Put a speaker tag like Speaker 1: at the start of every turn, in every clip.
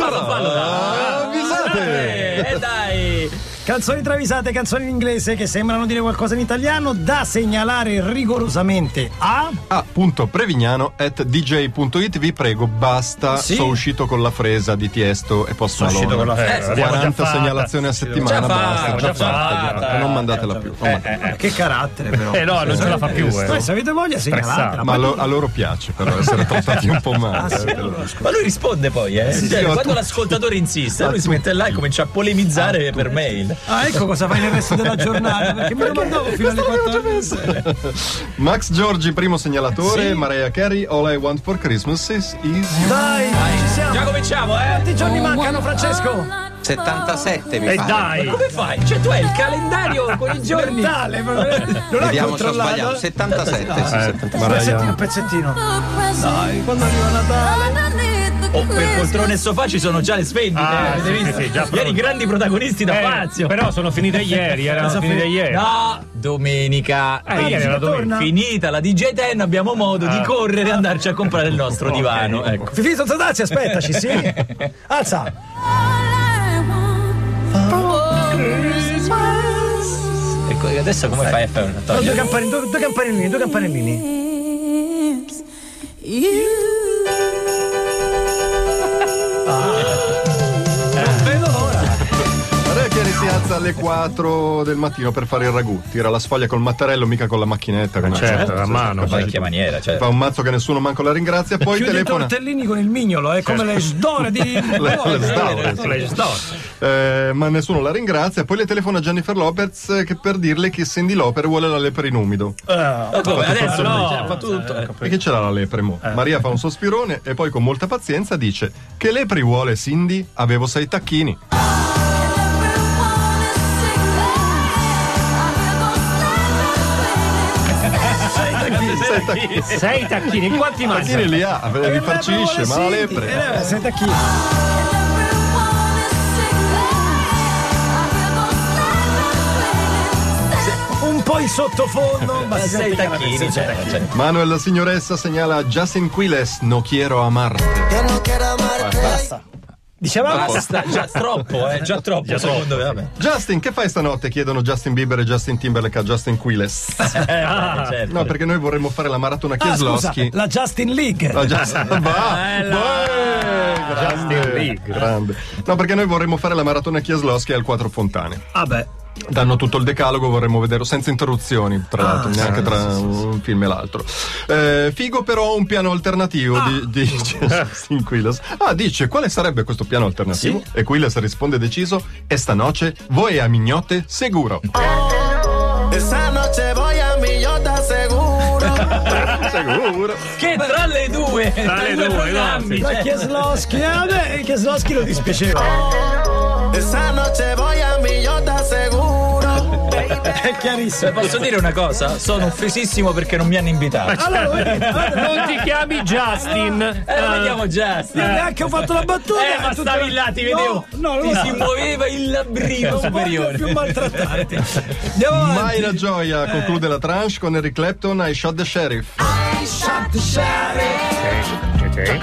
Speaker 1: cosa fanno?
Speaker 2: Ah,
Speaker 1: da-
Speaker 2: avvisate!
Speaker 1: Eh, dai!
Speaker 3: Canzoni travisate, canzoni in inglese che sembrano dire qualcosa in italiano, da segnalare rigorosamente a.
Speaker 2: A.prevignano at dj.it vi prego, basta.
Speaker 1: Sì.
Speaker 2: Sono uscito con la fresa di Tiesto e posso
Speaker 4: uscito con la fresa, Eh, l'abbiamo già
Speaker 2: 40
Speaker 4: fatta.
Speaker 2: segnalazioni a
Speaker 1: Già
Speaker 2: settimana,
Speaker 1: fatta,
Speaker 2: basta, già
Speaker 4: già
Speaker 2: fatta,
Speaker 1: fatta.
Speaker 2: già. non mandatela più. non mandatela.
Speaker 3: Che carattere, però.
Speaker 4: Eh no, non ce la fa più.
Speaker 3: Poi,
Speaker 4: Eh.
Speaker 3: se avete voglia, segnalatela.
Speaker 4: Stressato.
Speaker 2: Ma a lo- a loro piace però essere trattati un po' male.
Speaker 3: Ah, sì,
Speaker 2: eh, te lo
Speaker 3: allora.
Speaker 2: dico.
Speaker 1: Ma lui risponde poi, eh. Cioè,
Speaker 2: sì, a
Speaker 1: quando
Speaker 2: tutti.
Speaker 1: l'ascoltatore insiste,
Speaker 2: A
Speaker 1: lui si mette là e comincia a polemizzare per mail.
Speaker 3: Ah, ecco cosa fai nel resto della giornata, perché me lo mandavo fino alle 14.
Speaker 2: Max Giorgi, primo segnalatore,
Speaker 1: Sì.
Speaker 2: Mariah Carey, All I Want for Christmas is, is
Speaker 3: Dai, ci
Speaker 1: Già
Speaker 3: siamo.
Speaker 1: cominciamo, eh.
Speaker 3: Quanti giorni mancano, Francesco?
Speaker 5: 77 mi
Speaker 4: E
Speaker 5: pare.
Speaker 4: Eh, dai!
Speaker 1: Come fai? Cioè, tu hai il calendario con i giorni.
Speaker 3: Dale, ma- non hai
Speaker 5: Vediamo se ho sbagliato.
Speaker 3: controllato.
Speaker 5: 77, sì,
Speaker 4: Eh,
Speaker 5: 77.
Speaker 3: Pezzettino, un
Speaker 4: Mariah.
Speaker 3: pezzettino. Dai, quando arriva Natale.
Speaker 1: Oh, per poltrone e sofà ci sono già le svendite.
Speaker 4: Ah,
Speaker 1: avete
Speaker 4: sì,
Speaker 1: visto?
Speaker 4: sì, già
Speaker 1: Ieri
Speaker 4: pronto.
Speaker 1: grandi protagonisti da
Speaker 4: Eh,
Speaker 1: Fazio.
Speaker 4: Però sono finite ieri, erano finite ieri.
Speaker 1: No, domenica.
Speaker 4: Eh, ieri era Ah. domenica.
Speaker 1: Finita la DJ Ten, abbiamo modo di correre e andarci a comprare il nostro divano. Ecco.
Speaker 3: Fifi, sottodazzi, aspettaci, sì. Alza.
Speaker 1: Ecco, e adesso come fai a fare una
Speaker 3: Sono
Speaker 1: toglia?
Speaker 3: Due, campani- due- due campanellini, due campanellini.
Speaker 2: Mariah Carey si alza alle 4 del mattino per fare il ragù, tira la sfoglia col mattarello, mica con la macchinetta. come-
Speaker 4: certo, a mano.
Speaker 2: capace
Speaker 1: Vecchia
Speaker 2: di-
Speaker 1: maniera, cioè.
Speaker 2: Fa un mazzo che nessuno manco la ringrazia, poi
Speaker 3: Chiude i
Speaker 2: telefona.
Speaker 3: tortellini con il mignolo, è come le sdore di.
Speaker 2: Le- le sdore, sì.
Speaker 4: Flash Dot.
Speaker 2: Eh, ma nessuno la ringrazia. Poi le telefona Jennifer Lopez eh, che per dirle che Sandy Loper vuole la lepre in umido.
Speaker 3: Eh.
Speaker 4: certo.
Speaker 1: Ma come? Adesso
Speaker 4: no,
Speaker 1: no, cioè, fa tutto. eh.
Speaker 2: E che ce l'ha la lepre mo?
Speaker 3: Eh.
Speaker 2: Maria fa un sospirone e poi con molta pazienza dice: Che lepri vuole Cindy? Avevo sei tacchini. Sei tacchini.
Speaker 4: Sei tacchini, quanti mangiano?
Speaker 2: Tacchini li ha, li farcisce, ma la lepre.
Speaker 3: Senta chi? Un po' in sottofondo, ma si
Speaker 1: Eh, Sei
Speaker 3: sente
Speaker 1: tacchini,
Speaker 3: chiaramente.
Speaker 1: cioè, cioè.
Speaker 2: Manuel la signoressa segnala Justin Quiles, no quiero amarte.
Speaker 3: Dicevamo
Speaker 1: Basta, già troppo, eh, già troppo. secondo me, vabbè.
Speaker 2: Justin, che fai stanotte? Chiedono Justin Bieber e Justin Timberlake a Justin Quiles.
Speaker 1: Eh, certo.
Speaker 2: No, perché noi vorremmo fare la maratona
Speaker 3: Ah, scusa,
Speaker 2: Kieslowski.
Speaker 3: la Justin
Speaker 1: Eh,
Speaker 3: League.
Speaker 2: Ah, già, va,
Speaker 1: Bella!
Speaker 2: va, grande,
Speaker 4: Justin League.
Speaker 2: grande. No, perché noi vorremmo fare la maratona Kieslowski al Quattro Fontane. Ah beh. Danno tutto il decalogo, vorremmo vederlo senza interruzioni, tra l'altro, neanche tra un film e l'altro. Eh, figo però ho un piano alternativo, di, dice Justin Quiles. Ah, dice, quale sarebbe questo piano alternativo? E Quiles risponde deciso, e stanoce, voi a mignotte, sicuro.
Speaker 6: Esa noche voy a mi yota seguro.
Speaker 2: sicuro.
Speaker 1: Che tra le due, tra,
Speaker 4: le
Speaker 1: i due,
Speaker 4: due, no,
Speaker 1: programmi.
Speaker 4: sì.
Speaker 3: La
Speaker 1: cioè.
Speaker 3: Kieslowski, eh, beh, Kieslowski lo
Speaker 1: Eh.
Speaker 3: dispiaceva.
Speaker 6: Esa noche voy a mi yota seguro.
Speaker 3: È
Speaker 1: Cioè,
Speaker 3: chiarissimo.
Speaker 1: posso dire una cosa? Sono offesissimo perché non mi hanno invitato.
Speaker 3: Allora, vedi,
Speaker 4: Non ti chiami Justin?
Speaker 1: Eh, lo vediamo già. sta.
Speaker 3: neanche ho fatto la battuta.
Speaker 1: Eh, ma
Speaker 3: tutto-
Speaker 1: stavi là, ti vedevo.
Speaker 3: No, no,
Speaker 1: ti
Speaker 3: lo
Speaker 1: si muoveva il labbrino
Speaker 3: Non voglio
Speaker 1: superiore.
Speaker 3: più maltrattarti. Andiamo avanti.
Speaker 2: Mai la
Speaker 4: Eh.
Speaker 2: gioia, conclude la tranche con Eric Clapton, I Shot the Sheriff.
Speaker 4: Eh,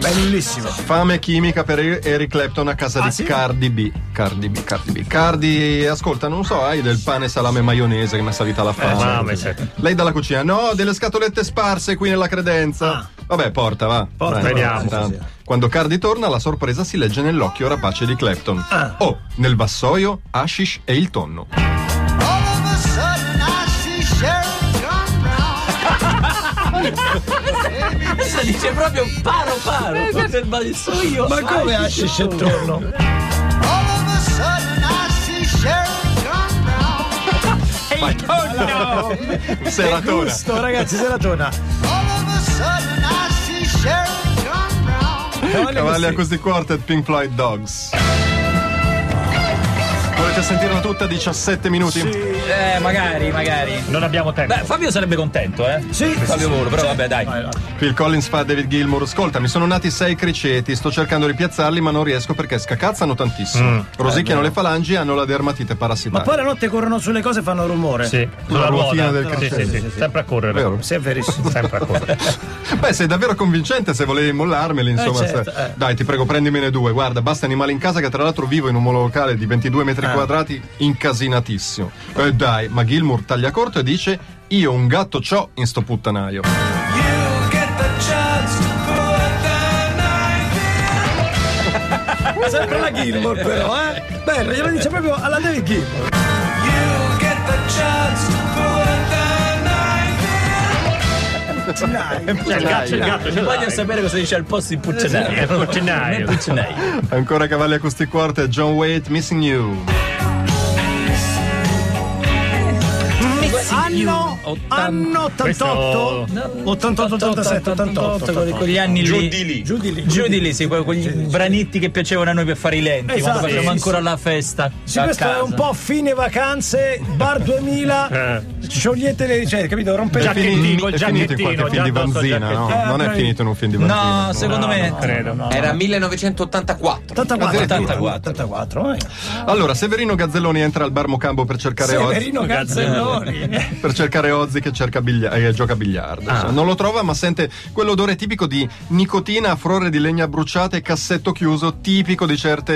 Speaker 3: Bellissimo.
Speaker 2: Fame chimica per Eric Clapton a
Speaker 4: Ah,
Speaker 2: casa di
Speaker 3: sì?
Speaker 2: Cardi B. Cardi B, Cardi B. Cardi, ascolta, non so, hai del pane, salame e maionese che mi è salita la fame.
Speaker 4: Eh, Mamma mia.
Speaker 2: Lei dalla cucina, no, delle scatolette sparse qui nella credenza. Vabbè, porta, va. Porta,
Speaker 4: Ah. vediamo.
Speaker 2: Quando Cardi torna, la sorpresa si legge nell'occhio rapace di Clapton.
Speaker 4: Ah.
Speaker 2: Oh, nel vassoio, hashish e il tonno.
Speaker 6: All of a sudden I see Sherry come round.
Speaker 1: Questo dice proprio paro paro. Conferma so io.
Speaker 3: Ma come hashish e tonno?
Speaker 6: All of a sudden I see Sherry come round.
Speaker 2: Seratona.
Speaker 3: Sto ragazzi, seratona.
Speaker 6: All of a sudden I see Sherry come round.
Speaker 2: Cavalli a questi quartet Pink Floyd Dogs. Volete sentirla tutta 17 minuti?
Speaker 1: Eh, magari, magari.
Speaker 4: Non abbiamo tempo.
Speaker 1: Beh, Fabio sarebbe contento, eh?
Speaker 3: Sì,
Speaker 1: Fabio Volo, però vabbè, dai.
Speaker 2: Phil Collins fa a David Gilmour. Ascolta, mi sono nati sei criceti, sto cercando di piazzarli, ma non riesco perché scacazzano tantissimo. Rosicchiano le falangi e hanno la dermatite
Speaker 3: Mm. Eh, Ma poi
Speaker 2: parassitaria.
Speaker 3: la notte corrono sulle cose e fanno rumore.
Speaker 4: Sì,
Speaker 2: La ruotina del
Speaker 4: sì,
Speaker 2: crescente.
Speaker 4: sì, sì, sempre a correre.
Speaker 2: Vero.
Speaker 3: Sì, è verissimo.
Speaker 4: Sempre a correre.
Speaker 2: Beh, sei davvero convincente se volevi mollarmeli, insomma.
Speaker 3: Eh, certo,
Speaker 2: se-
Speaker 3: eh.
Speaker 2: Dai, ti prego, prendimene due. Guarda, basta animali in casa che tra l'altro vivo in un monolocale di 22
Speaker 3: Ah.
Speaker 2: metri quadrati incasinatissimo. Eh, dai, ma Gilmour taglia corto e dice io un gatto c'ho in sto puttanaio.
Speaker 3: Sempre la Gilmour però, eh? Bello, glielo dice proprio alla David Gilmour. Dai.
Speaker 4: Cioè, il gatto, il gatto, ce
Speaker 1: Voglio
Speaker 4: l'hai.
Speaker 1: sapere cosa dice al posto di Puccenaio.
Speaker 4: Eh, Puccenaio.
Speaker 1: Non è Puccenaio.
Speaker 2: Ancora Cavalli Acoustic Quartet, John Waite, Missing You.
Speaker 3: Anno, anno 88,
Speaker 1: Questo-
Speaker 3: 88, 87, 88.
Speaker 1: con con gli anni
Speaker 5: Giù
Speaker 1: lì.
Speaker 5: di lì.
Speaker 3: Giù di lì.
Speaker 1: Giù di lì, sì, que- quegli branetti che piacevano a noi per fare i lenti,
Speaker 3: Esatto,
Speaker 1: quando facevamo
Speaker 3: sì,
Speaker 1: ancora
Speaker 3: sì.
Speaker 1: la festa.
Speaker 3: Sì,
Speaker 1: a
Speaker 3: questo è
Speaker 1: casa.
Speaker 3: un po' fine vacanze, bar 2000,
Speaker 4: Eh.
Speaker 3: sciogliete le ricerche, capito? Rompete
Speaker 2: È,
Speaker 4: Giacchettino,
Speaker 2: fini- è finito in
Speaker 4: giacchettino,
Speaker 2: qualche film di
Speaker 4: giacchettino.
Speaker 2: Vanzina, no?
Speaker 3: Eh,
Speaker 2: Non è
Speaker 3: bravi.
Speaker 2: finito in un film di Vanzina.
Speaker 1: No, secondo me.
Speaker 4: Non credo.
Speaker 5: Era 1984.
Speaker 3: 84,
Speaker 1: 84.
Speaker 3: 84, eh.
Speaker 2: Allora, Severino Gazzelloni entra al bar Mocambo per cercare Ozzy,
Speaker 3: Severino Gazzelloni.
Speaker 2: per cercare Ozzy che cerca biglia- eh, gioca a biliardo. insomma. Non lo trova, ma sente quell'odore tipico di nicotina, frore di legna bruciata e cassetto chiuso, tipico di certe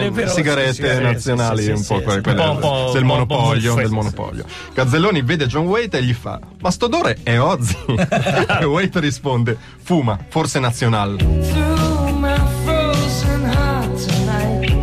Speaker 3: Le vero-
Speaker 2: sigarette
Speaker 3: sì, sì, sì,
Speaker 2: nazionali,
Speaker 3: sì, sì,
Speaker 2: un po'
Speaker 3: sì,
Speaker 2: quelle-
Speaker 3: sì.
Speaker 2: quelle
Speaker 4: Un po'-
Speaker 2: del
Speaker 4: un po'
Speaker 2: monopolio.
Speaker 4: muffe,
Speaker 2: del
Speaker 4: sì,
Speaker 2: monopolio. Gazzelloni vede John Waite e gli fa: Ma st'odore è Ozzy. e Waite risponde: Fuma, forse nazionale.
Speaker 7: through my frozen heart tonight.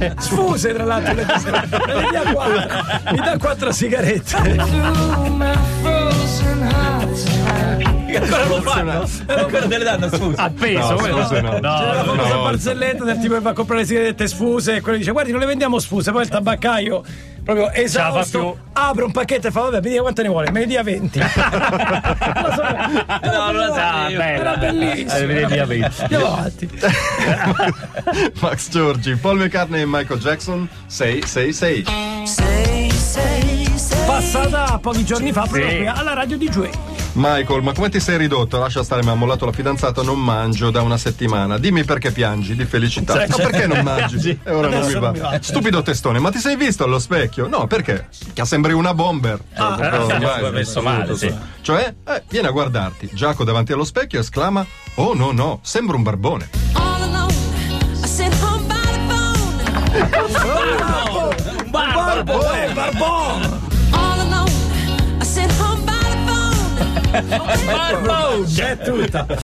Speaker 3: Eh, Sfuse tra l'altro le cose. Mi dà quattro, mi dà quattro sigarette.
Speaker 7: Through my frozen heart tonight.
Speaker 1: Ancora lo fanno? Ancora te le danno, scusa.
Speaker 4: Appeso.
Speaker 2: No,
Speaker 4: come
Speaker 2: scusa, no.
Speaker 3: C'è la
Speaker 4: no.
Speaker 3: famosa
Speaker 2: no.
Speaker 3: barzelletta del tipo che va a comprare le sigarette sfuse e quello dice guardi non le vendiamo sfuse poi il tabaccaio proprio esausto
Speaker 4: più.
Speaker 3: apre un pacchetto e fa vabbè mi dica quante ne vuole me ne dia 20 Non lo so,
Speaker 1: No, non lo
Speaker 4: Ah,
Speaker 1: sapevo.
Speaker 4: bella.
Speaker 3: era bellissimo
Speaker 4: Arrivederci, amici.
Speaker 3: andiamo avanti
Speaker 2: Max Giorgi, Paul McCartney e Michael Jackson. 6, 6, 6.
Speaker 3: passata pochi giorni fa proprio
Speaker 4: Sì.
Speaker 3: qui alla radio di Giue
Speaker 2: Michael, ma come ti sei ridotto? Lascia stare, mi ha mollato la fidanzata, non mangio da una settimana. Dimmi perché piangi, di felicità. Ma perché non mangi? E ora cioè, non mi, va. Stupido testone, ma ti sei visto allo specchio? No, perché? Che sembri una bomber. Cioè, proprio ormai-
Speaker 1: Ho messo male, sì.
Speaker 2: Cioè, eh, vieni a guardarti. Giaco davanti allo specchio esclama: Oh no, no, sembra un barbone.
Speaker 8: all alone. I sit home by the phone,
Speaker 3: Barbo eh, Barbon
Speaker 8: all alone. I sit home by the phone.
Speaker 1: Barbo!
Speaker 3: c'è tutta